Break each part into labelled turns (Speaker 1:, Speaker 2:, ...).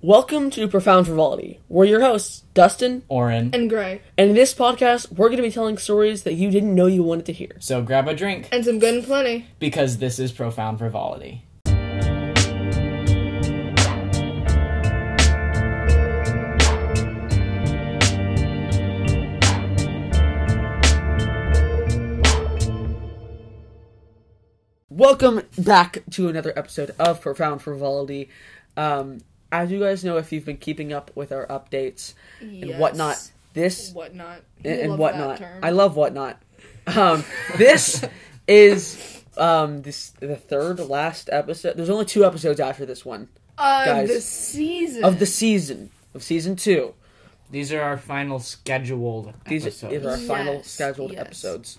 Speaker 1: Welcome to Profound Frivolity. We're your hosts, Dustin,
Speaker 2: Oren.
Speaker 3: and gray
Speaker 1: and in this podcast, we're going to be telling stories that you didn't know you wanted to hear.
Speaker 2: So grab a drink
Speaker 3: and some good and plenty.
Speaker 2: because this is profound frivolity.
Speaker 1: Welcome back to another episode of Profound Frivolity. Um, as you guys know, if you've been keeping up with our updates and
Speaker 3: Yes.
Speaker 1: whatnot, this
Speaker 3: Whatnot
Speaker 1: and, and
Speaker 3: Love
Speaker 1: whatnot,
Speaker 3: that term.
Speaker 1: I love whatnot. Um, this is um, this the third last episode. There's only two episodes after this one
Speaker 3: of
Speaker 1: guys.
Speaker 3: the season
Speaker 1: of the season of season two.
Speaker 2: These are our final scheduled
Speaker 1: These
Speaker 2: episodes.
Speaker 1: are our final
Speaker 3: Yes,
Speaker 1: scheduled
Speaker 3: yes.
Speaker 1: episodes.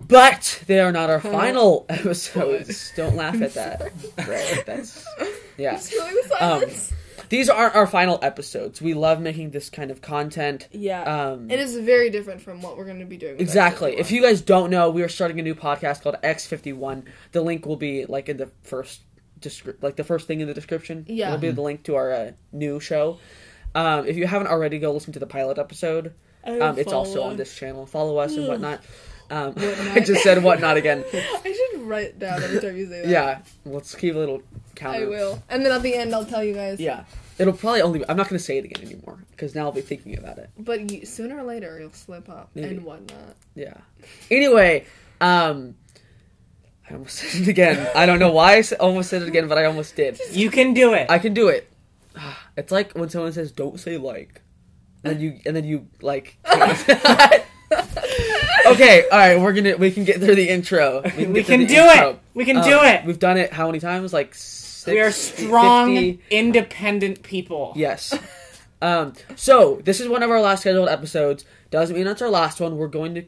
Speaker 1: But they are not our final episodes. Don't laugh at that. Right, That's yeah. Um,
Speaker 3: Killing the silence.
Speaker 1: These aren't our final episodes. We love making this kind of content.
Speaker 3: yeah,
Speaker 1: Um,
Speaker 3: it is very different from what we're going to be doing. with
Speaker 1: Exactly.
Speaker 3: episode
Speaker 1: If you guys don't know, we are starting a new podcast called X51. The link will be like in the first descri- like the first thing in the description.
Speaker 3: Yeah.
Speaker 1: It'll be the link to our uh, new show. Um, if you haven't already, go listen to the pilot episode.
Speaker 3: And
Speaker 1: Um, it's also
Speaker 3: follow.
Speaker 1: on this channel. Follow us and whatnot. Um, I
Speaker 3: Whatnot.
Speaker 1: just said whatnot again.
Speaker 3: one. I should write it down every time you say that.
Speaker 1: Yeah, let's keep a little count.
Speaker 3: I
Speaker 1: of-
Speaker 3: will. And then at the end, I'll tell you guys.
Speaker 1: Yeah, it'll probably only. Be, I'm not going to say it again anymore because now I'll be thinking about it.
Speaker 3: But you, sooner or later, you'll slip up
Speaker 1: Maybe.
Speaker 3: and whatnot.
Speaker 1: Yeah. Anyway, um, I almost said it again. I don't know why I s- almost said it again, but I almost did.
Speaker 2: You can do it.
Speaker 1: I can do it. It's like when someone says, "Don't say like," and then you and then you like. can't. okay, all right. We're gonna we can get through the intro.
Speaker 2: We
Speaker 1: get through
Speaker 2: can
Speaker 1: the
Speaker 2: do it. We can do it.
Speaker 1: We've done it how many times? Like six,
Speaker 2: we are strong,
Speaker 1: 50?
Speaker 2: independent people.
Speaker 1: Yes. Um, so this is one of our last scheduled episodes. Doesn't mean it's our last one. We're going to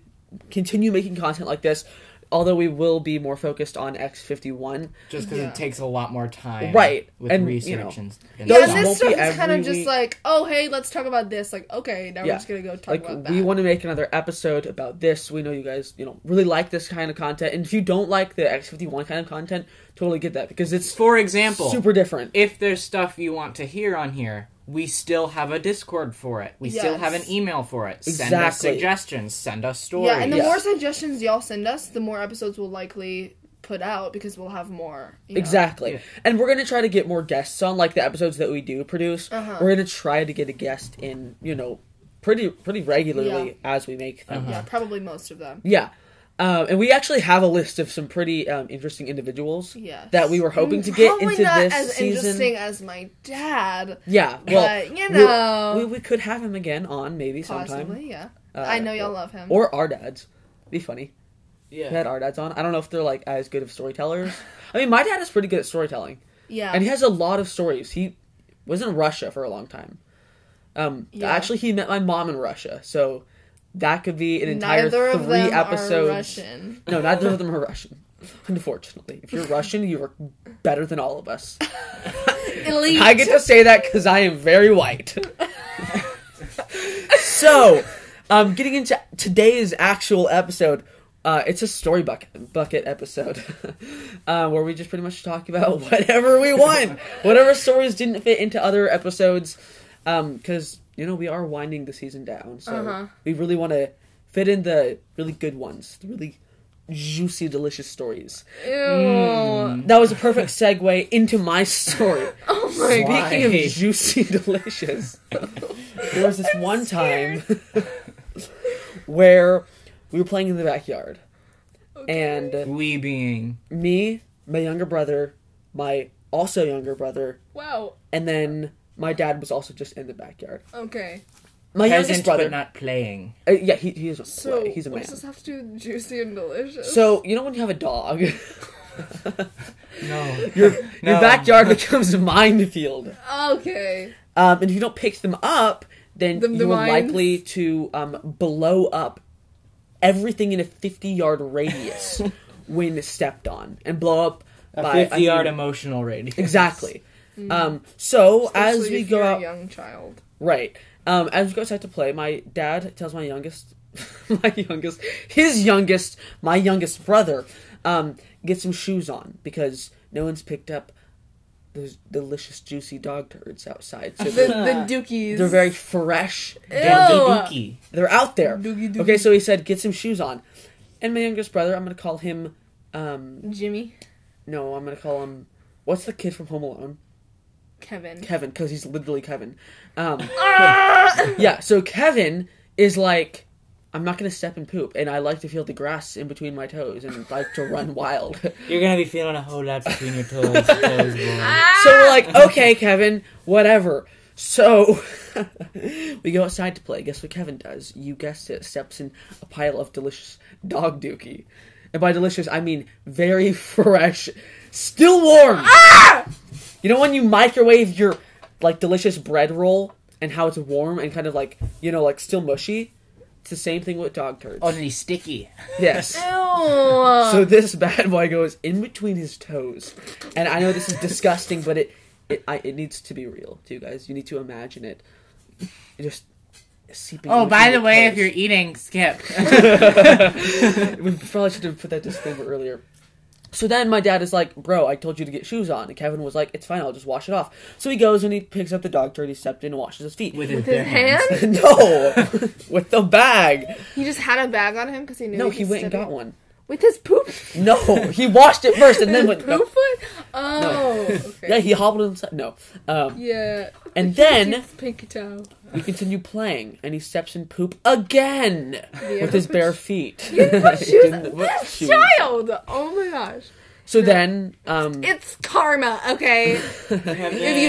Speaker 1: continue making content like this, although we will be more focused on X fifty one.
Speaker 2: Just because
Speaker 3: Yeah.
Speaker 2: it takes a lot more time.
Speaker 1: Right,
Speaker 2: With
Speaker 1: and, you
Speaker 2: research
Speaker 1: know,
Speaker 2: and, and
Speaker 1: Those
Speaker 3: yeah, and
Speaker 1: won't
Speaker 3: this
Speaker 1: be
Speaker 3: stuff is kind
Speaker 1: every
Speaker 3: of just
Speaker 1: week.
Speaker 3: like, oh hey, let's talk about this. Like, okay, now
Speaker 1: Yeah.
Speaker 3: we're just gonna go talk
Speaker 1: Like
Speaker 3: about that.
Speaker 1: we want to make another episode about this. We know you guys, you know, really like this kind of content. And if you don't like the X fifty one kind of content, totally get that because it's
Speaker 2: For example,
Speaker 1: super different.
Speaker 2: if there's stuff you want to hear on here, we still have a Discord for it. We still
Speaker 3: Yes.
Speaker 2: have an email for it. Send us
Speaker 1: Exactly.
Speaker 2: suggestions. Send us stories.
Speaker 3: yeah, and the
Speaker 1: Yeah.
Speaker 3: more suggestions y'all send us, the more episodes we'll likely put out because we'll have more. you know?
Speaker 1: Exactly.
Speaker 2: Yeah.
Speaker 1: And we're going to try to get more guests on like the episodes that we do produce.
Speaker 3: Uh-huh.
Speaker 1: We're going to try to get a guest in, you know, pretty pretty regularly as we make them.
Speaker 2: Uh-huh.
Speaker 3: Yeah, probably most of them.
Speaker 1: Yeah. Um, and we actually have a list of some pretty um, interesting individuals
Speaker 3: Yes.
Speaker 1: that we were hoping to get
Speaker 3: Probably
Speaker 1: into
Speaker 3: not
Speaker 1: this
Speaker 3: as
Speaker 1: season.
Speaker 3: interesting as my dad.
Speaker 1: Yeah, well,
Speaker 3: but you
Speaker 1: we-
Speaker 3: know,
Speaker 1: we, we could have him again on maybe sometime,
Speaker 3: possibly, yeah.
Speaker 1: Uh,
Speaker 3: I know y'all love him.
Speaker 1: or our dads. Be funny.
Speaker 2: Yeah.
Speaker 1: We had our dads on. I don't know if they're like as good of storytellers. I mean, my dad is pretty good at storytelling.
Speaker 3: yeah,
Speaker 1: and he has a lot of stories. He was in Russia for a long time. Um,
Speaker 3: Yeah.
Speaker 1: actually, he met my mom in Russia, so that could be an entire three
Speaker 3: neither of them
Speaker 1: episodes.
Speaker 3: are Russian.
Speaker 1: No, neither of them are Russian. Unfortunately, if you're Russian, you are better than all of us.
Speaker 3: Elite.
Speaker 1: I get to say that because I am very white. so, um, getting into today's actual episode, uh, it's a story bucket bucket episode uh, where we just pretty much talk about whatever we want, whatever stories didn't fit into other episodes, because you know we are winding the season down, so
Speaker 3: Uh-huh.
Speaker 1: we really want to fit in the really good ones, the really juicy, delicious stories.
Speaker 3: Ew.
Speaker 1: That was a perfect segue into my story.
Speaker 3: Oh my
Speaker 2: Why?
Speaker 1: Speaking of juicy delicious, there was this one time where we were playing in the backyard, and
Speaker 2: we being
Speaker 1: me, my younger brother, my also younger brother,
Speaker 3: wow.
Speaker 1: and then my dad was also just in the backyard.
Speaker 3: Okay.
Speaker 1: My
Speaker 2: present
Speaker 1: youngest brother,
Speaker 2: but not playing.
Speaker 1: uh, yeah, he he is a
Speaker 3: So
Speaker 1: he's a
Speaker 3: what
Speaker 1: man.
Speaker 3: does this have to do with juicy and delicious?
Speaker 1: So you know when you have a dog,
Speaker 2: No.
Speaker 1: your your
Speaker 2: No.
Speaker 1: backyard becomes a minefield.
Speaker 3: okay.
Speaker 1: Um, and if you don't pick them up, then
Speaker 3: The- the
Speaker 1: you are
Speaker 3: mines.
Speaker 1: likely to um, blow up everything in a 50 yard radius when stepped on and blow up
Speaker 2: A
Speaker 1: by I
Speaker 2: 50 yard
Speaker 1: mean-
Speaker 2: emotional radius.
Speaker 1: Exactly. Um, so as
Speaker 3: Hmm. Especially
Speaker 1: we
Speaker 3: if
Speaker 1: go
Speaker 3: you're a
Speaker 1: out,
Speaker 3: young child.
Speaker 1: right, um, as we go outside to play, my dad tells my youngest, my youngest, his youngest, my youngest brother, um, get some shoes on because no one's picked up those delicious, juicy dog turds outside. So
Speaker 3: The,
Speaker 1: they're,
Speaker 3: the dookies.
Speaker 1: they're very fresh.
Speaker 2: Dookie
Speaker 1: They're out there.
Speaker 3: Doogie doogie.
Speaker 1: Okay, so he said, get some shoes on. And my youngest brother, I'm going to call him, um,
Speaker 3: Jimmy,
Speaker 1: no, I'm going to call him, what's the kid from Home Alone?
Speaker 3: Kevin.
Speaker 1: Kevin, because he's literally Kevin. Um,
Speaker 3: Ah!
Speaker 1: yeah, so Kevin is like, I'm not going to step and poop, and I like to feel the grass in between my toes and like to run wild.
Speaker 2: Dookie. You're gonna be feeling a whole lot between your toes, toes boy.
Speaker 1: So we're like, okay, Kevin, whatever. So we go outside to play. Guess what Kevin does? You guessed it. Steps in a pile of delicious dog dookie. And by delicious, I mean very fresh, still warm. You know when you microwave your like delicious bread roll and how it's warm and kind of like you know like still mushy. It's the same thing with dog turds.
Speaker 2: Only sticky.
Speaker 1: yes. So
Speaker 3: Ew.
Speaker 1: this bad boy goes in between his toes, and I know this is disgusting, but it it I, it needs to be real to you guys. You need to imagine it. It just seeping.
Speaker 2: Oh,
Speaker 1: in between your toes.
Speaker 2: eating, skip.
Speaker 1: we probably should have put that disclaimer earlier. So then my dad is like, "Bro, I told you to get shoes on." And Kevin was like, "It's fine, I'll just wash it off." So he goes and he picks up the dog turd he stepped in and washes his feet.
Speaker 2: With
Speaker 1: With
Speaker 2: his,
Speaker 3: His
Speaker 2: bare hands.
Speaker 3: hand?
Speaker 1: no, with the bag.
Speaker 3: He just had a bag on him because he knew.
Speaker 1: No,
Speaker 3: could
Speaker 1: he went and
Speaker 3: step
Speaker 1: got
Speaker 3: in-
Speaker 1: one.
Speaker 3: with his poop.
Speaker 1: No, he washed it first and then
Speaker 3: With
Speaker 1: went.
Speaker 3: his poop foot. Oh. Okay.
Speaker 1: Yeah, he hobbled inside. No, um,
Speaker 3: Yeah.
Speaker 1: and then.
Speaker 3: It's pinky toe.
Speaker 1: We continue playing, and he steps in poop again with his bare feet.
Speaker 3: What
Speaker 1: He
Speaker 3: shoes?
Speaker 1: didn't put
Speaker 3: This
Speaker 1: shoes.
Speaker 3: child. Oh my gosh.
Speaker 1: So then, um,
Speaker 3: It's karma. Okay. If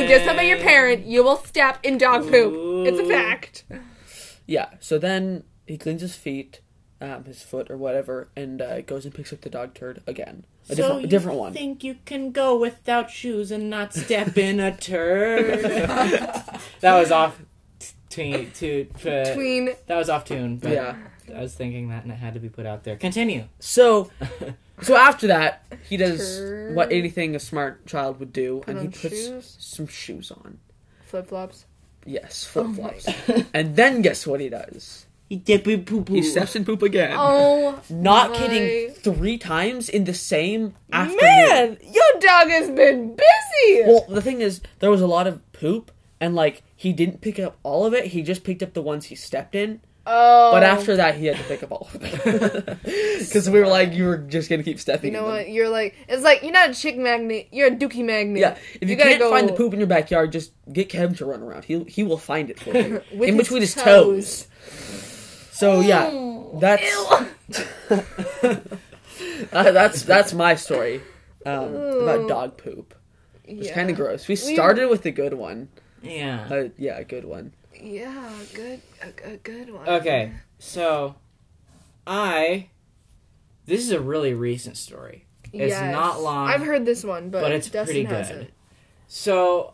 Speaker 3: you disobey your parent, you will step in dog poop. It's a fact.
Speaker 1: yeah. So then he cleans his feet, um, his foot or whatever, and uh, goes and picks up the dog turd again, a different, a different one.
Speaker 2: think you can go without shoes and not step in a turd? that was off tune. To, to-
Speaker 3: Between
Speaker 2: that was off tune. But
Speaker 1: Yeah.
Speaker 2: I was thinking that, and it had to be put out there. Continue.
Speaker 1: So, so after that, he does
Speaker 3: Turd.
Speaker 1: what anything a smart child would do, and he
Speaker 3: on
Speaker 1: puts
Speaker 3: shoes?
Speaker 1: some shoes on.
Speaker 3: flip flops.
Speaker 1: Yes,
Speaker 3: Oh
Speaker 1: flip
Speaker 3: my
Speaker 1: flops. and then guess what he does?
Speaker 2: He dip in poo poo.
Speaker 1: He steps in poop again.
Speaker 3: Oh.
Speaker 1: Not
Speaker 3: my-
Speaker 1: kidding, three times in the same afternoon.
Speaker 3: Man, your dog has been busy.
Speaker 1: Well, the thing is, there was a lot of poop, and like he didn't pick up all of it. He just picked up the ones he stepped in.
Speaker 3: oh.
Speaker 1: But after that, he had to pick up all of them because we were like, you were just gonna keep stepping.
Speaker 3: You know
Speaker 1: in them.
Speaker 3: what? You're like it's like you're not a chick magnet. You're a dookie magnet.
Speaker 1: Yeah, if you,
Speaker 3: gotta
Speaker 1: can't
Speaker 3: go
Speaker 1: find the poop in your backyard, just get Kevin to run around. He he will find it for you
Speaker 3: With
Speaker 1: in
Speaker 3: his
Speaker 1: between his toes.
Speaker 3: toes.
Speaker 1: So yeah,
Speaker 3: Ew.
Speaker 1: that's
Speaker 3: Ew.
Speaker 1: uh, that's that's my story um, about
Speaker 3: Ew.
Speaker 1: dog poop. It's
Speaker 3: Yeah.
Speaker 1: kind of gross. We
Speaker 3: We-
Speaker 1: started with a good one.
Speaker 2: Yeah.
Speaker 1: Uh, yeah, a good one.
Speaker 3: Yeah, good, a, a good one.
Speaker 2: Okay. So, I. This is a really recent story. It's not long,
Speaker 3: I've heard this one, but,
Speaker 2: but it's
Speaker 3: Dustin
Speaker 2: pretty
Speaker 3: hasn't.
Speaker 2: good. So,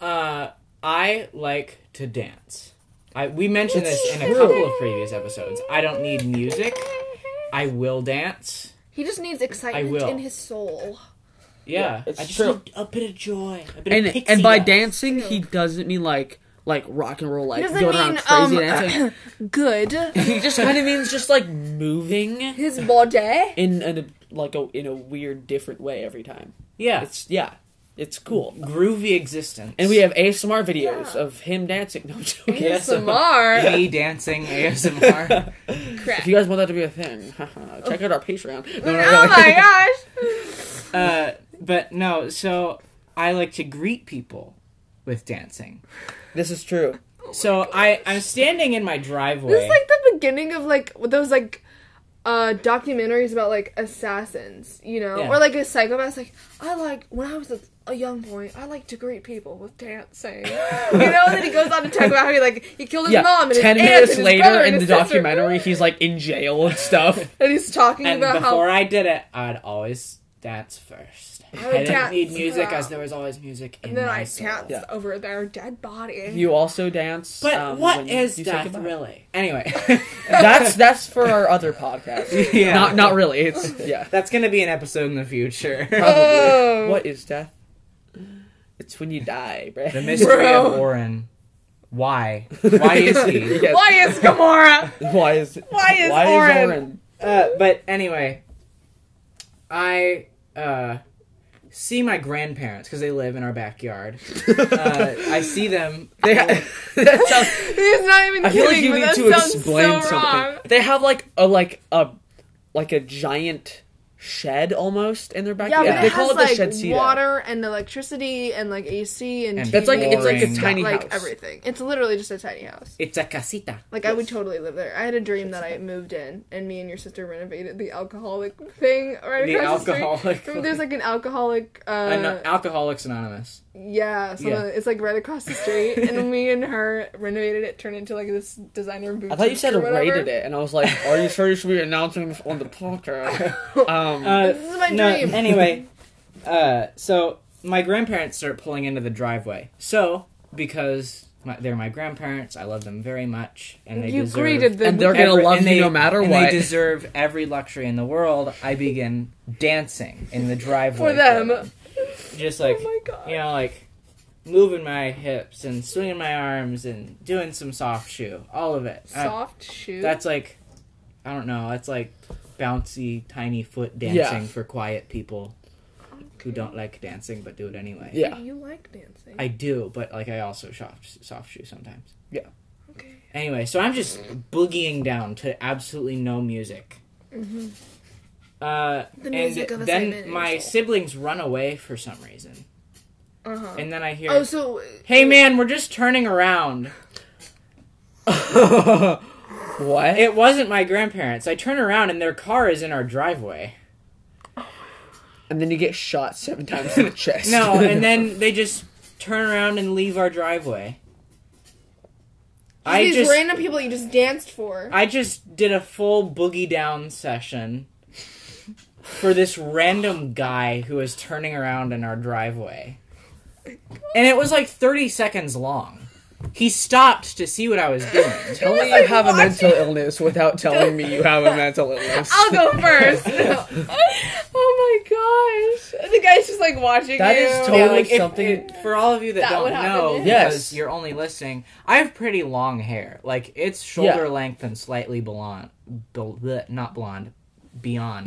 Speaker 2: uh, I like to dance. I, we mentioned this in a
Speaker 1: True.
Speaker 2: couple of previous episodes. I don't need music. I will dance.
Speaker 3: He just needs excitement
Speaker 2: will.
Speaker 3: in his soul.
Speaker 1: Yeah,
Speaker 2: Yeah,
Speaker 1: it's
Speaker 2: I just
Speaker 1: true.
Speaker 2: need a bit of joy, a bit of
Speaker 1: and
Speaker 2: pixie
Speaker 1: and by
Speaker 2: dust.
Speaker 1: dancing
Speaker 3: Ew.
Speaker 1: he doesn't mean like like rock and roll like
Speaker 3: doesn't
Speaker 1: going around
Speaker 3: mean,
Speaker 1: crazy
Speaker 3: um,
Speaker 1: dancing.
Speaker 3: Good.
Speaker 1: he just kind of means just like moving
Speaker 3: His body.
Speaker 1: in in a, like a in a weird different way every time.
Speaker 2: yeah,
Speaker 1: It's yeah, it's cool.
Speaker 2: groovy existence.
Speaker 1: And we have ASMR videos
Speaker 3: Yeah.
Speaker 1: of him dancing. No I'm joking.
Speaker 2: Yes.
Speaker 3: ASMR.
Speaker 2: me dancing ASMR.
Speaker 1: If
Speaker 3: Crap.
Speaker 1: you guys want that to be a thing, check out our Patreon. No, no,
Speaker 3: oh
Speaker 1: no.
Speaker 3: my gosh.
Speaker 2: uh, but no, so I like to greet people with dancing.
Speaker 1: This is true.
Speaker 2: So I I'm standing in my driveway.
Speaker 3: This is like the beginning of like those like uh documentaries about like assassins, you know,
Speaker 2: Yeah.
Speaker 3: or like a psychopath. Like I like when I was a, a young boy, I like to greet people with dancing, you know. And then he goes on to talk about how he like he killed his
Speaker 1: Yeah,
Speaker 3: mom and
Speaker 1: ten
Speaker 3: his aunt
Speaker 1: minutes
Speaker 3: and his
Speaker 1: later
Speaker 3: brother
Speaker 1: in
Speaker 3: and
Speaker 1: the
Speaker 3: his sister.
Speaker 1: documentary, he's like in jail and stuff.
Speaker 3: and he's talking
Speaker 2: and
Speaker 3: about
Speaker 2: before
Speaker 3: how
Speaker 2: I did it, I'd always dance first. I,
Speaker 3: would
Speaker 2: didn't
Speaker 3: dance
Speaker 2: need music, as
Speaker 3: first.
Speaker 2: there was always music in
Speaker 3: and then
Speaker 2: my
Speaker 3: I
Speaker 2: soul.
Speaker 3: danced
Speaker 1: Yeah.
Speaker 3: over their dead body.
Speaker 1: You also dance.
Speaker 2: But
Speaker 1: um,
Speaker 2: what
Speaker 1: when
Speaker 2: is
Speaker 1: you say
Speaker 2: death
Speaker 1: goodbye.
Speaker 2: really? Anyway,
Speaker 1: That's that's for our other podcast.
Speaker 2: yeah,
Speaker 1: Not not really. It's yeah.
Speaker 2: That's gonna be an episode in the future.
Speaker 3: Oh.
Speaker 1: What is death? It's when you die, bro.
Speaker 2: the mystery
Speaker 3: Bro.
Speaker 2: of Warren. Why? Why is he?
Speaker 1: Yes.
Speaker 3: Why is Gamora?
Speaker 1: Why is
Speaker 3: Why is
Speaker 1: why
Speaker 3: Oren?
Speaker 1: Oren?
Speaker 2: Uh, but anyway, I uh, see my grandparents because they live in our backyard. Uh, I see them.
Speaker 1: They ha- that sounds,
Speaker 3: He's not even
Speaker 1: I feel like
Speaker 3: kidding,
Speaker 1: you
Speaker 3: but
Speaker 1: need
Speaker 3: that
Speaker 1: to
Speaker 3: sounds
Speaker 1: explain
Speaker 3: so
Speaker 1: something.
Speaker 3: wrong.
Speaker 1: They have like a like a like a giant shed almost in their
Speaker 3: Yeah,
Speaker 1: backyard.
Speaker 3: but
Speaker 1: they
Speaker 3: it
Speaker 1: call
Speaker 3: has
Speaker 1: it the
Speaker 3: like
Speaker 1: shed Cedo.
Speaker 3: water and electricity and like AC and,
Speaker 2: And
Speaker 3: TV
Speaker 1: It's like it's like a
Speaker 2: Boring.
Speaker 3: and,
Speaker 1: tiny
Speaker 3: like
Speaker 1: house.
Speaker 3: everything. It's literally just a tiny house.
Speaker 2: It's a casita.
Speaker 3: Like I would totally live there. I had a dream that I moved in, and me and your sister renovated the alcoholic thing right
Speaker 2: The
Speaker 3: across the
Speaker 2: alcoholic
Speaker 3: street. There's like an alcoholic.
Speaker 2: Uh,
Speaker 3: Uh,
Speaker 2: no, Alcoholics Anonymous.
Speaker 3: yeah, so
Speaker 2: Yeah.
Speaker 3: it's like right across the street, and me and her renovated it, turned into like this designer boutique.
Speaker 1: I thought you said
Speaker 3: or whatever.
Speaker 1: rated it, and I was like, "Are you sure you should be announcing this on the podcast?" Um,
Speaker 2: Uh,
Speaker 3: This is my
Speaker 2: no,
Speaker 3: dream.
Speaker 2: Anyway, uh, so my grandparents start pulling into the driveway. So because my, they're my grandparents, I love them very much, and they
Speaker 3: You
Speaker 2: deserve
Speaker 3: greeted them.
Speaker 1: And they're- gonna love
Speaker 2: and
Speaker 1: you no matter
Speaker 2: and
Speaker 1: what.
Speaker 2: They deserve every luxury in the world. I begin dancing in the driveway
Speaker 3: For them.
Speaker 2: just like
Speaker 3: Oh my God.
Speaker 2: you know, like moving my hips and swinging my arms and doing some soft shoe, all of it. I-
Speaker 3: soft shoe.
Speaker 2: that's like, I don't know. That's like bouncy, tiny foot dancing
Speaker 1: Yeah.
Speaker 2: for quiet people who don't like dancing but do it anyway.
Speaker 1: yeah,
Speaker 3: You like dancing.
Speaker 2: I do, but like I also soft soft shoe sometimes.
Speaker 3: okay.
Speaker 2: Anyway, so I'm just boogieing down to absolutely no music. Uh,
Speaker 3: Mm-hmm. The music
Speaker 2: and
Speaker 3: of a
Speaker 2: then
Speaker 3: seven-inch
Speaker 2: my
Speaker 3: hole.
Speaker 2: siblings run away for some reason,
Speaker 3: Uh huh.
Speaker 2: and then I hear,
Speaker 3: Oh, so
Speaker 2: "Hey man, we're just turning around."
Speaker 1: what?
Speaker 2: It wasn't my grandparents. I turn around and their car is in our driveway.
Speaker 1: and then you get shot seven times in the chest.
Speaker 2: No, and then they just turn around and leave our driveway. I
Speaker 3: these
Speaker 2: just
Speaker 3: random people you just danced for.
Speaker 2: I just did a full boogie down session for this random guy who was turning around in our driveway. And it was like 30 seconds long. He stopped to see what I was doing.
Speaker 1: tell me you have a mental illness without telling me you have a mental illness.
Speaker 3: I'll go first. oh my gosh. The guy's just like watching
Speaker 1: That
Speaker 3: you.
Speaker 1: is
Speaker 2: Yeah,
Speaker 1: totally-
Speaker 2: like if-
Speaker 1: something-
Speaker 2: if- for all of you that,
Speaker 3: That
Speaker 2: don't
Speaker 3: would happen,
Speaker 2: know,
Speaker 3: yeah.
Speaker 1: Yes.
Speaker 2: because you're only listening, I have pretty long hair. Like it's shoulder length and slightly blonde, bl- bleh, not blonde, beyond.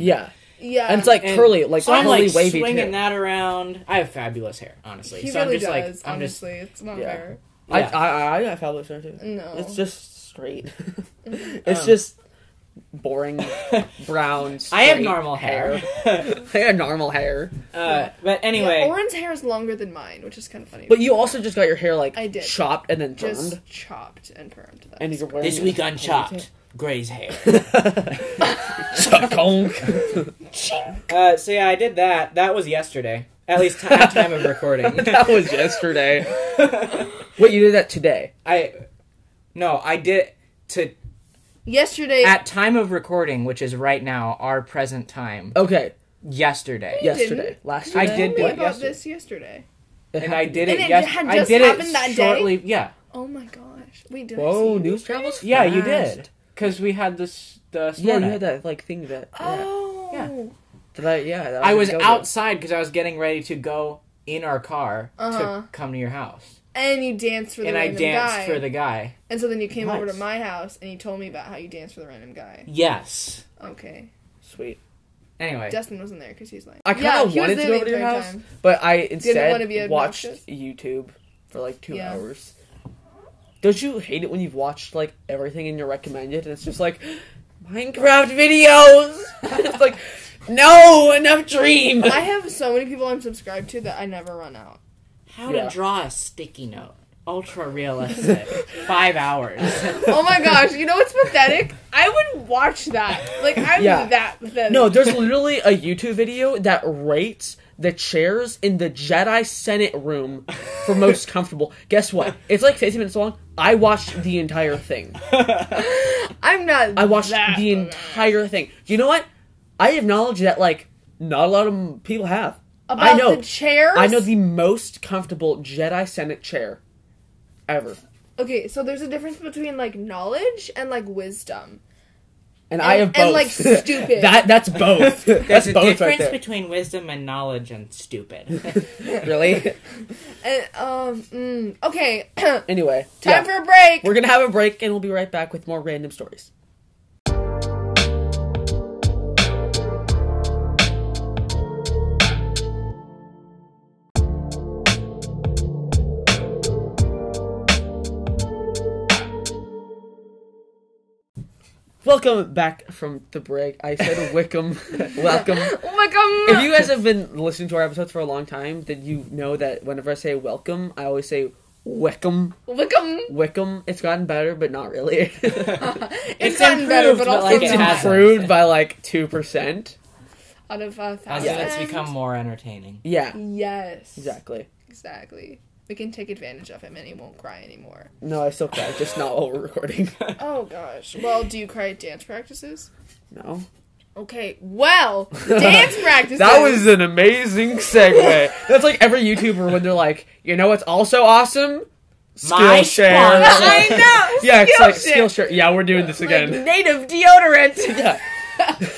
Speaker 1: yeah,
Speaker 3: Yeah.
Speaker 1: and it's like
Speaker 2: Um, And
Speaker 1: curly, like
Speaker 2: so I'm
Speaker 1: curly
Speaker 2: like
Speaker 1: wavy
Speaker 2: swinging
Speaker 1: too.
Speaker 2: that around. I have fabulous hair, honestly.
Speaker 3: he
Speaker 2: so
Speaker 3: really
Speaker 2: I'm just
Speaker 3: does,
Speaker 2: like, I'm just
Speaker 3: honestly. It's not
Speaker 1: Yeah.
Speaker 3: fair.
Speaker 1: I,
Speaker 2: yeah.
Speaker 1: I, I got fabulous hair too.
Speaker 3: No.
Speaker 1: It's just straight. it's
Speaker 2: Um.
Speaker 1: just boring brown.
Speaker 2: I have
Speaker 1: straight
Speaker 2: normal hair.
Speaker 1: I have normal hair.
Speaker 2: uh, but anyway,
Speaker 3: Yeah, Oren's hair is longer than mine, which is kind of funny.
Speaker 1: But you also just got your hair like
Speaker 3: I did.
Speaker 1: chopped and then
Speaker 3: just
Speaker 1: turned,
Speaker 3: chopped and permed. That
Speaker 1: and
Speaker 3: is
Speaker 1: you're wearing
Speaker 2: this
Speaker 1: it.
Speaker 2: week on Chopped, Gray's hair.
Speaker 1: Chuck-onk.
Speaker 2: uh, so yeah, I did that. That was yesterday, at least t- at time of recording.
Speaker 1: that was yesterday. Wait, you did that today?
Speaker 2: I no, I did to
Speaker 3: Yesterday,
Speaker 2: at time of recording, which is right now, our present time,
Speaker 1: Okay,
Speaker 2: yesterday.
Speaker 1: yesterday,
Speaker 3: didn't.
Speaker 1: last year.
Speaker 2: I
Speaker 3: told
Speaker 2: did
Speaker 3: me
Speaker 2: do it
Speaker 3: about
Speaker 2: yesterday.
Speaker 3: this yesterday.
Speaker 2: and I did it.
Speaker 3: And it
Speaker 2: yes-
Speaker 3: had
Speaker 2: I
Speaker 3: just
Speaker 2: did it
Speaker 3: happened that day?
Speaker 2: shortly. Yeah,
Speaker 3: Oh my gosh. Wait, did I see
Speaker 1: Whoa,
Speaker 3: you
Speaker 1: news
Speaker 3: yesterday?
Speaker 1: travels.
Speaker 2: yeah, you
Speaker 1: fast.
Speaker 2: did because we had this the
Speaker 1: Yeah,
Speaker 2: store
Speaker 1: you
Speaker 2: night.
Speaker 1: had that like thing that. Yeah.
Speaker 3: Oh.
Speaker 1: That I, yeah, that
Speaker 2: I was
Speaker 1: gonna go to.
Speaker 2: outside because I was getting ready to go in our car
Speaker 3: Uh-huh.
Speaker 2: to come to your house,
Speaker 3: And you danced for the
Speaker 2: and I
Speaker 3: random
Speaker 2: danced
Speaker 3: guy.
Speaker 2: for the guy.
Speaker 3: And so then you came over to
Speaker 2: Nice.
Speaker 3: my house and you told me about how you danced for the random guy.
Speaker 2: Yes.
Speaker 3: Okay.
Speaker 1: Sweet.
Speaker 2: Anyway,
Speaker 3: Dustin wasn't there because he's like.
Speaker 1: I kind
Speaker 3: Yeah,
Speaker 1: of
Speaker 3: he was
Speaker 1: wanted to
Speaker 3: there
Speaker 1: go
Speaker 3: the
Speaker 1: over to your
Speaker 3: entire
Speaker 1: house,
Speaker 3: time.
Speaker 1: but I
Speaker 3: wanna be
Speaker 1: instead watched
Speaker 3: obnoxious.
Speaker 1: YouTube for like two
Speaker 3: Yeah.
Speaker 1: hours. Don't you hate it when you've watched like everything and you're recommended and it's just like Minecraft videos? it's like no enough dream.
Speaker 3: I have so many people I'm subscribed to that I never run out.
Speaker 2: how
Speaker 1: Yeah.
Speaker 2: to draw a sticky note. Ultra realistic. Five hours.
Speaker 3: Oh my gosh, you know what's pathetic? I would watch that. Like I'm
Speaker 1: Yeah.
Speaker 3: that pathetic.
Speaker 1: No, there's literally a YouTube video that rates the chairs in the Jedi Senate room for most comfortable. Guess what? It's like 15 minutes long. I watched the entire thing.
Speaker 3: I'm not.
Speaker 1: I watched
Speaker 3: that
Speaker 1: the
Speaker 3: pathetic.
Speaker 1: entire thing. You know what? I acknowledge that like not a lot of m- people have.
Speaker 3: About
Speaker 1: I know.
Speaker 3: the chairs.
Speaker 1: I know the most comfortable Jedi Senate chair ever,
Speaker 3: Okay, so there's a difference between like knowledge and like wisdom.
Speaker 1: and, I have
Speaker 3: And-
Speaker 1: both.
Speaker 3: and, like, stupid.
Speaker 1: that that's both. that's
Speaker 2: There's a
Speaker 1: both right
Speaker 2: difference
Speaker 1: there.
Speaker 2: between wisdom and knowledge and stupid.
Speaker 1: really?
Speaker 3: And um, mm, okay, time
Speaker 1: Anyway, yeah.
Speaker 3: for a break.
Speaker 1: We're gonna have a break, and we'll be right back with more random stories. Welcome back from the break. I said Wickham. welcome.
Speaker 3: Oh my god.
Speaker 1: If you guys have been listening to our episodes for a long time, then you know that whenever I say welcome, I always say Wickham.
Speaker 3: Wickham.
Speaker 1: Wickham. It's gotten better, but not really.
Speaker 3: It's,
Speaker 2: It's
Speaker 3: gotten better,
Speaker 2: improved,
Speaker 3: but
Speaker 2: but,
Speaker 3: also
Speaker 2: like, it
Speaker 1: it's
Speaker 3: not.
Speaker 2: hasn't.
Speaker 1: improved by like 2%.
Speaker 3: out of a
Speaker 2: As
Speaker 3: thousand.
Speaker 2: in, it's become more entertaining.
Speaker 1: Yeah,
Speaker 3: Yes.
Speaker 1: exactly.
Speaker 3: Exactly. We can take advantage of him and he won't cry anymore.
Speaker 1: No, I still cry, just not while we're recording.
Speaker 3: Oh gosh. Well, do you cry at dance practices?
Speaker 1: No.
Speaker 3: Okay. Well, dance practices.
Speaker 1: That was an amazing segue. That's like every YouTuber when they're like, you know what's also awesome?
Speaker 2: My
Speaker 1: Skillshare.
Speaker 2: sponsor.
Speaker 3: I know.
Speaker 1: Yeah, it's like
Speaker 3: Skillshare. Oh
Speaker 1: Skillshare. Yeah, we're doing this
Speaker 3: Like,
Speaker 1: again.
Speaker 3: native deodorant.
Speaker 1: Yeah.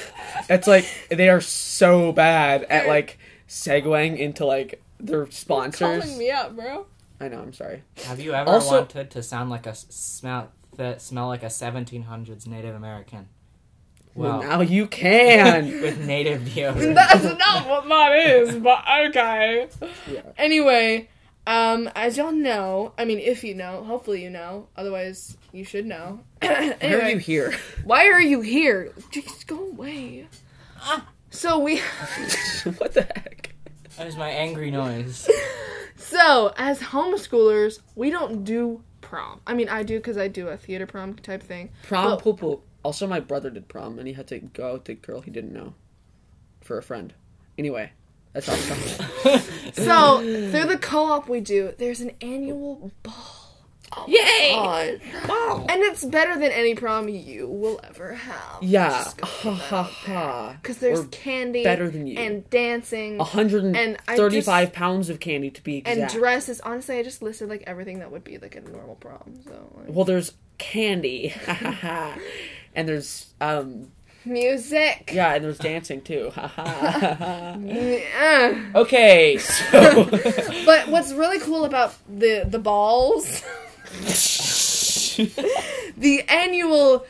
Speaker 1: it's like they are so bad at like segueing into like their sponsors.
Speaker 3: Calling me up, bro.
Speaker 1: I know, I'm sorry.
Speaker 2: Have you ever
Speaker 1: Also-
Speaker 2: wanted to sound like a s- smell that smell like a 1700s Native American?
Speaker 1: Well,
Speaker 2: Well,
Speaker 1: now you can.
Speaker 2: with native deodorant.
Speaker 3: That's not what that is, but okay.
Speaker 1: Yeah.
Speaker 3: Anyway, um, as y'all know, I mean, if you know, hopefully you know. Otherwise, you should know.
Speaker 1: Why are you
Speaker 3: anyway,
Speaker 1: here?
Speaker 3: why are you here? Just go away. So we,
Speaker 1: what the heck?
Speaker 2: That was my angry noise.
Speaker 3: so as homeschoolers, we don't do prom. I mean, I do because I do a theater prom type thing.
Speaker 1: Prom
Speaker 3: Well-
Speaker 1: poo poo. Also, my brother did prom, and he had to go out with a girl he didn't know for a friend. Anyway, that's all. I'm talking about.
Speaker 3: So through the co-op we do, there's an annual ball. Yay! And it's better than any prom you will ever have.
Speaker 1: Yeah, ha ha ha.
Speaker 3: Because there's
Speaker 1: We're
Speaker 3: candy
Speaker 1: better than you.
Speaker 3: and dancing
Speaker 1: 135 pounds of candy to be
Speaker 3: and
Speaker 1: exact.
Speaker 3: dresses. Honestly, I just listed like everything that would be like a normal prom. So like,
Speaker 1: well, there's candy, and there's um
Speaker 3: music.
Speaker 1: yeah, and there's dancing too.
Speaker 3: Yeah.
Speaker 1: okay, so
Speaker 3: But what's really cool about the the balls, the annual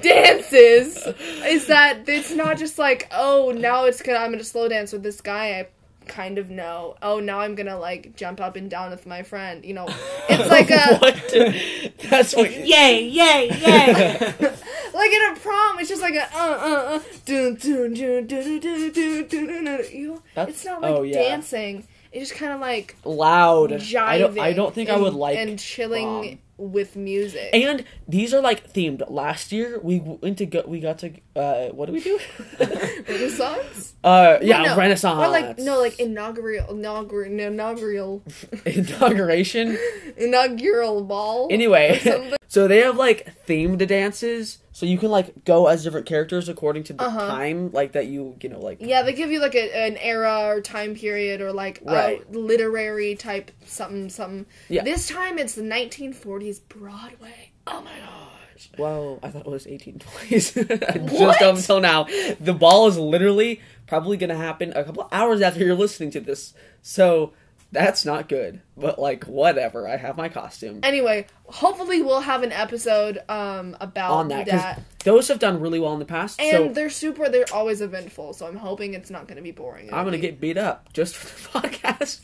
Speaker 3: dances, is that it's not just like oh now it's gonna I'm gonna slow dance with this guy I kind of know. Oh now I'm gonna like jump up and down with my friend. You know, it's like a
Speaker 1: what? That's what.
Speaker 2: yay! Yay! Yay!
Speaker 3: Like in a prom, it's just like a uh uh uh dun dun dun dun dun dun dun dun dun dun. You,
Speaker 1: That's-
Speaker 3: it's not like
Speaker 1: oh, yeah.
Speaker 3: dancing. It's just kind of like
Speaker 1: Loud.
Speaker 3: jiving.
Speaker 1: I don't. I don't think I would
Speaker 3: and-
Speaker 1: like
Speaker 3: and chilling with music.
Speaker 1: And these are like themed. Last year we went to go. We got to. Uh, what do we do?
Speaker 3: Renaissance?
Speaker 1: uh, yeah,
Speaker 3: Well, no.
Speaker 1: Renaissance.
Speaker 3: Or like no, like inaugural, inaugural, inaugural,
Speaker 1: inauguration.
Speaker 3: inaugural ball.
Speaker 1: Anyway,
Speaker 3: something.
Speaker 1: so they have like themed dances, so you can like go as different characters according to the
Speaker 3: Uh-huh.
Speaker 1: time, like that you you know like
Speaker 3: Yeah, they give you like a, an era or time period or like
Speaker 1: Right.
Speaker 3: a literary type something something.
Speaker 1: Yeah.
Speaker 3: This time it's the 1940s Broadway. Oh my god.
Speaker 1: Whoa, I thought it was 1820s.
Speaker 3: What?
Speaker 1: Just up until now. The ball is literally probably going to happen a couple hours after you're listening to this. So that's not good. But, like, whatever. I have my costume
Speaker 3: anyway, hopefully we'll have an episode um about
Speaker 1: on that.
Speaker 3: that.
Speaker 1: 'cause those have done really well in the past.
Speaker 3: And
Speaker 1: so
Speaker 3: they're super they're always eventful, so I'm hoping it's not gonna be boring.
Speaker 1: I'm going to get beat up just for the podcast.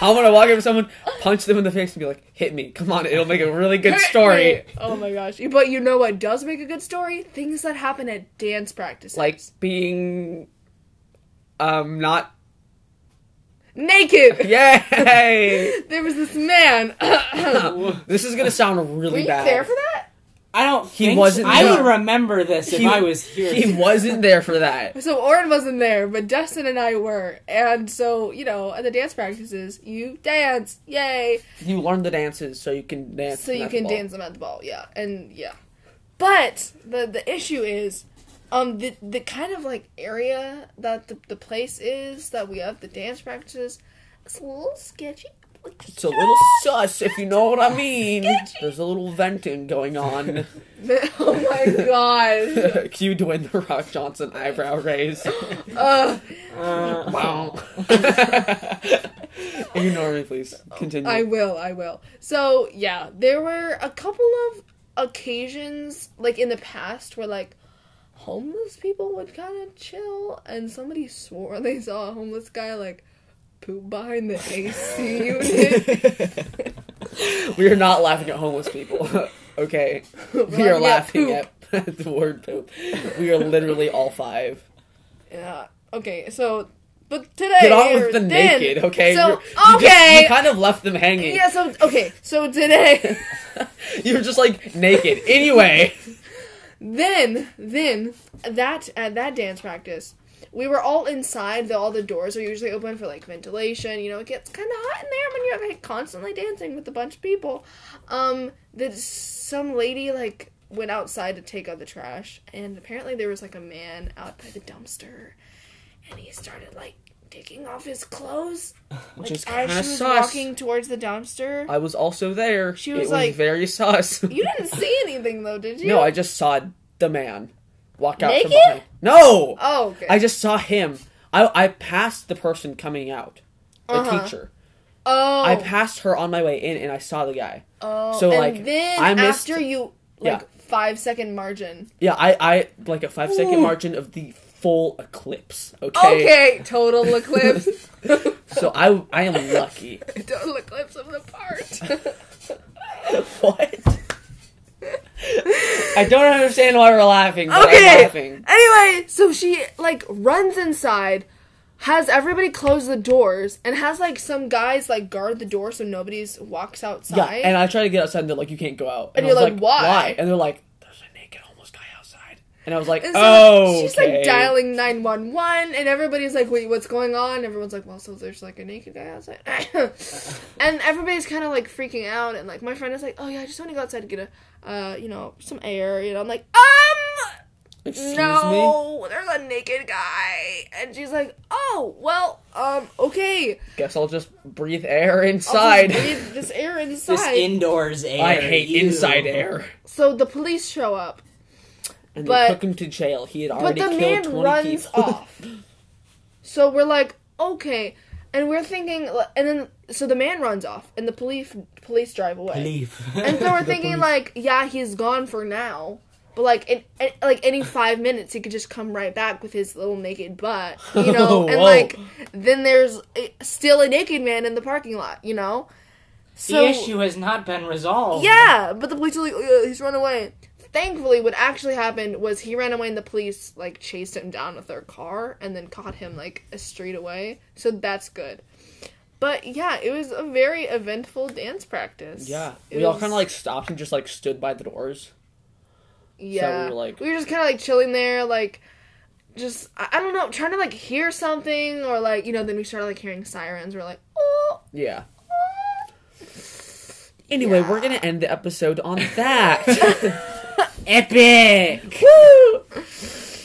Speaker 1: I'm going to walk up to someone, punch them in the face, and be like, hit me. Come on. It'll make a really good story.
Speaker 3: oh my gosh. But you know what does make a good story? Things that happen at dance practices.
Speaker 1: Like, being. Um, not.
Speaker 3: naked!
Speaker 1: Yay! Uh,
Speaker 3: There was this man
Speaker 1: this is gonna sound
Speaker 3: Were
Speaker 1: really
Speaker 3: you
Speaker 1: bad.
Speaker 3: there for that?
Speaker 2: I don't.
Speaker 1: He
Speaker 2: think
Speaker 1: wasn't
Speaker 2: So. I
Speaker 1: there.
Speaker 2: would remember this if
Speaker 1: He-
Speaker 2: I was here.
Speaker 1: He wasn't there for that.
Speaker 3: So Oren wasn't there, but Dustin and I were. And so, you know, at the dance practices, you dance. Yay.
Speaker 1: You learn the dances so you can dance.
Speaker 3: so
Speaker 1: and
Speaker 3: you
Speaker 1: that's the
Speaker 3: can
Speaker 1: ball.
Speaker 3: dance them at the ball yeah and yeah but the the issue is um the the kind of like area that the, the place is that we have the dance practices it's a little sketchy
Speaker 1: It's a little sus, if you know what I mean. There's a little venting going on.
Speaker 3: oh my god
Speaker 1: Cue Dwayne the Rock Johnson eyebrow raise.
Speaker 3: Ugh.
Speaker 2: Uh,
Speaker 1: Wow. Ignore me, please. Continue.
Speaker 3: i will i will so yeah there were a couple of occasions like in the past where like homeless people would kind of chill and somebody swore they saw a homeless guy like poop behind the ac unit
Speaker 1: we are not laughing at homeless people. Okay, we
Speaker 3: Laughing
Speaker 1: are
Speaker 3: at
Speaker 1: laughing at the word poop. We are literally all five.
Speaker 3: Yeah. Okay. So, but today.
Speaker 1: Get on with
Speaker 3: or
Speaker 1: the
Speaker 3: then-
Speaker 1: naked, okay?
Speaker 3: So
Speaker 1: You're- you just-
Speaker 3: okay.
Speaker 1: you kind of left them hanging.
Speaker 3: yeah. So okay. So today,
Speaker 1: you were just like naked. Anyway,
Speaker 3: then, then that at that dance practice, we were all inside. Though all the doors are usually open for like ventilation. You know, it gets kind of hot in there when you're like constantly dancing with a bunch of people. Um, that some lady like went outside to take out the trash, and apparently there was like a man out by the dumpster, and he started like taking off his clothes
Speaker 1: which
Speaker 3: Like,
Speaker 1: is kind
Speaker 3: as she
Speaker 1: of
Speaker 3: was
Speaker 1: sus.
Speaker 3: walking towards the dumpster.
Speaker 1: I was also there.
Speaker 3: She
Speaker 1: it
Speaker 3: was
Speaker 1: was
Speaker 3: like-
Speaker 1: very sus.
Speaker 3: you didn't see anything though, did you?
Speaker 1: no, I just saw the man walk out from
Speaker 3: Naked?
Speaker 1: behind. No,
Speaker 3: Oh, okay.
Speaker 1: I just saw him. I I passed the person coming out, the
Speaker 3: Uh-huh.
Speaker 1: teacher.
Speaker 3: oh,
Speaker 1: I passed her on my way in, and I saw the guy.
Speaker 3: oh.
Speaker 1: so,
Speaker 3: and
Speaker 1: like,
Speaker 3: then
Speaker 1: I missed-
Speaker 3: after you, like
Speaker 1: Yeah.
Speaker 3: five second margin.
Speaker 1: Yeah, I I like a five second
Speaker 3: Ooh.
Speaker 1: margin of the full eclipse. Okay.
Speaker 3: Okay, total eclipse.
Speaker 1: So I I am lucky.
Speaker 3: total eclipse of the part.
Speaker 1: what? I don't understand why we're laughing. But I'm
Speaker 3: okay.
Speaker 1: laughing.
Speaker 3: Anyway, so she like runs inside. Has everybody close the doors and has like some guys like guard the door so nobody's walks outside.
Speaker 1: Yeah, and I try to get outside, and they're like, "You can't go out."
Speaker 3: And
Speaker 1: I
Speaker 3: you're
Speaker 1: was
Speaker 3: like, "Why?"
Speaker 1: And they're like, "There's a naked homeless guy outside." And I was like,
Speaker 3: And so
Speaker 1: "Oh,
Speaker 3: she's
Speaker 1: okay."
Speaker 3: like dialing 911 and everybody's like, "Wait, what's going on?" Everyone's like, "Well, so there's like a naked guy outside." and everybody's kind of like freaking out and like my friend is like, "Oh yeah, I just want to go outside to get a uh, you know, some air." You know, I'm like, "Um,
Speaker 1: Excuse
Speaker 3: no, there's a naked guy." And she's like, "Oh, well, um, okay.
Speaker 1: me. Guess I'll just breathe air
Speaker 3: I'll
Speaker 1: inside.
Speaker 3: just breathe this air inside."
Speaker 2: This indoors air.
Speaker 1: I hate
Speaker 2: you.
Speaker 1: inside air.
Speaker 3: so the police show up,
Speaker 1: And
Speaker 3: But-
Speaker 1: they took him to jail. He had
Speaker 3: but
Speaker 1: already
Speaker 3: the
Speaker 1: killed
Speaker 3: man
Speaker 1: twenty
Speaker 3: runs
Speaker 1: people.
Speaker 3: off. So we're like, okay, and we're thinking, and then so the man runs off, and the police police drive away,
Speaker 2: Leave.
Speaker 3: and so we're
Speaker 1: The
Speaker 3: thinking
Speaker 1: police.
Speaker 3: like, yeah, he's gone for now, but like in, in- like any five minutes, he could just come right back with his little naked butt, you know, and
Speaker 1: Whoa.
Speaker 3: like then there's eh, still a naked man in the parking lot, you know. So
Speaker 2: the issue has not been
Speaker 1: Oh.
Speaker 2: resolved.
Speaker 3: yeah, but the police are like, "Ugh, he's run away. Thankfully, what actually happened was he ran away and the police, like, chased him down with their car and then caught him, like, a street away. So that's good. But yeah, it was a very eventful dance practice.
Speaker 1: Yeah,
Speaker 3: It
Speaker 1: we all
Speaker 3: was-
Speaker 1: kind of like stopped and just like stood by the doors.
Speaker 3: yeah.
Speaker 1: we were, like-
Speaker 3: we were just kind of, like, chilling there, like, just, I, I don't know, trying to, like, hear something or, like, you know, then we started, like, hearing sirens. We're like, oh,
Speaker 1: Yeah. Anyway,
Speaker 3: Yeah.
Speaker 1: we're gonna end the episode on that.
Speaker 2: Epic.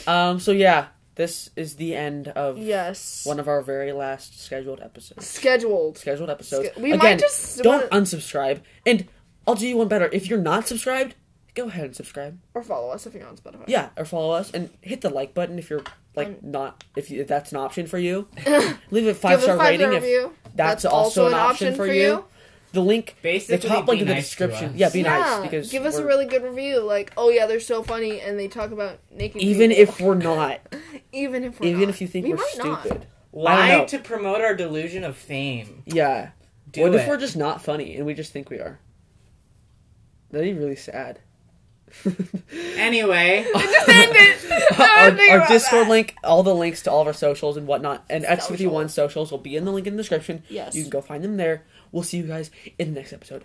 Speaker 1: um. So yeah, this is the end of
Speaker 3: yes.
Speaker 1: one of our very last scheduled episodes.
Speaker 3: Scheduled.
Speaker 1: Scheduled episodes.
Speaker 3: Sch- we
Speaker 1: Again,
Speaker 3: might just
Speaker 1: don't
Speaker 3: wanna-
Speaker 1: unsubscribe. And I'll do you one better. If you're not subscribed, go ahead and subscribe.
Speaker 3: Or follow us if you're on Spotify.
Speaker 1: Yeah, or follow us and hit the like button if you're like not if, you, if that's an option for you. Leave a five star
Speaker 3: five-star
Speaker 1: rating if
Speaker 3: review.
Speaker 1: that's, also an option, for you. The link, the
Speaker 2: Basically,
Speaker 1: top link
Speaker 2: be
Speaker 1: in the
Speaker 2: nice to
Speaker 1: description.
Speaker 2: us.
Speaker 1: Yeah, be
Speaker 3: yeah,
Speaker 1: nice because
Speaker 3: give us a
Speaker 1: we're-
Speaker 3: really good review. Like, oh yeah, they're so funny, and they talk about naked.
Speaker 1: even
Speaker 3: people.
Speaker 1: if we're not,
Speaker 3: even if we're
Speaker 1: even
Speaker 3: not.
Speaker 1: if you think
Speaker 3: We
Speaker 1: we are
Speaker 3: might not.
Speaker 1: stupid. I
Speaker 2: Why
Speaker 1: don't
Speaker 2: to promote our delusion of fame?
Speaker 1: Yeah.
Speaker 2: Do
Speaker 1: what
Speaker 2: it.
Speaker 1: if we're just not funny and we just think we are? That'd be really sad.
Speaker 2: Anyway,
Speaker 3: Send it. I
Speaker 1: our,
Speaker 3: don't think
Speaker 1: our
Speaker 3: about
Speaker 1: Discord
Speaker 3: that.
Speaker 1: link, all the links to all of our socials and whatnot, and
Speaker 3: Socials.
Speaker 1: X51 socials will be in the link in the description.
Speaker 3: Yes.
Speaker 1: You can go find them there. We'll see you guys in the next episode.